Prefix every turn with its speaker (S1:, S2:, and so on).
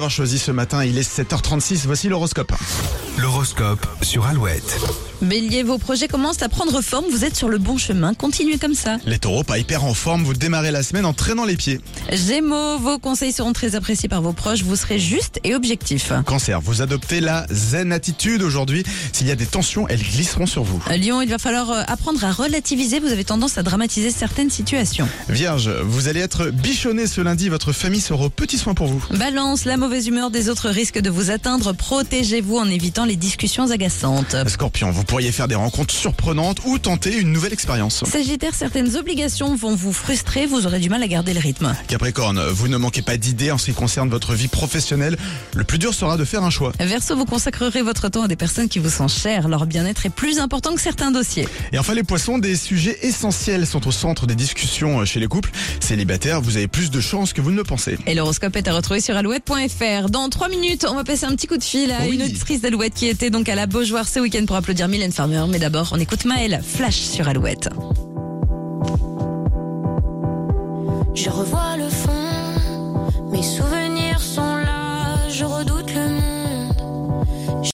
S1: avoir choisi ce matin, il est 7h36, voici l'horoscope.
S2: L'horoscope sur Alouette.
S3: Bélier, vos projets commencent à prendre forme, vous êtes sur le bon chemin, continuez comme ça.
S1: Les taureaux, pas hyper en forme, vous démarrez la semaine en traînant les pieds.
S3: Gémeaux, vos conseils seront très appréciés par vos proches, vous serez juste et objectif.
S1: Cancer, vous adoptez la zen attitude aujourd'hui. S'il y a des tensions, elles glisseront sur vous.
S3: Lyon, il va falloir euh, apprendre à relativiser, vous avez tendance à dramatiser certaines situations.
S1: Vierge, vous allez être bichonné ce lundi, votre famille sera au petit soin pour vous.
S3: Balance, la mauvaise humeur des autres risque de vous atteindre, protégez-vous en évitant les discussions agaçantes.
S1: Scorpion, vous pourriez faire des rencontres surprenantes ou tenter une nouvelle expérience.
S3: Sagittaire, certaines obligations vont vous frustrer, vous aurez du mal à garder le rythme.
S1: Capricorne, vous ne manquez pas d'idées en ce qui concerne votre vie professionnelle. Le plus dur sera de faire un choix.
S3: Verseau, vous consacrerez votre temps à des personnes qui vous sont chères, leur bien-être est plus important que certains dossiers.
S1: Et enfin les poissons, des sujets essentiels sont au centre des discussions chez les couples. Célibataires, vous avez plus de chances que vous ne le pensez.
S3: Et l'horoscope est à retrouver sur alouette.fr. Dans trois minutes, on va passer un petit coup de fil à
S1: Oui.
S3: une auditrice d'Alouette qui était donc à la Beaujoire ce week-end pour applaudir Mylène Farmer. Mais d'abord, on écoute Maël, Flash sur Alouette.
S4: Je revois le fond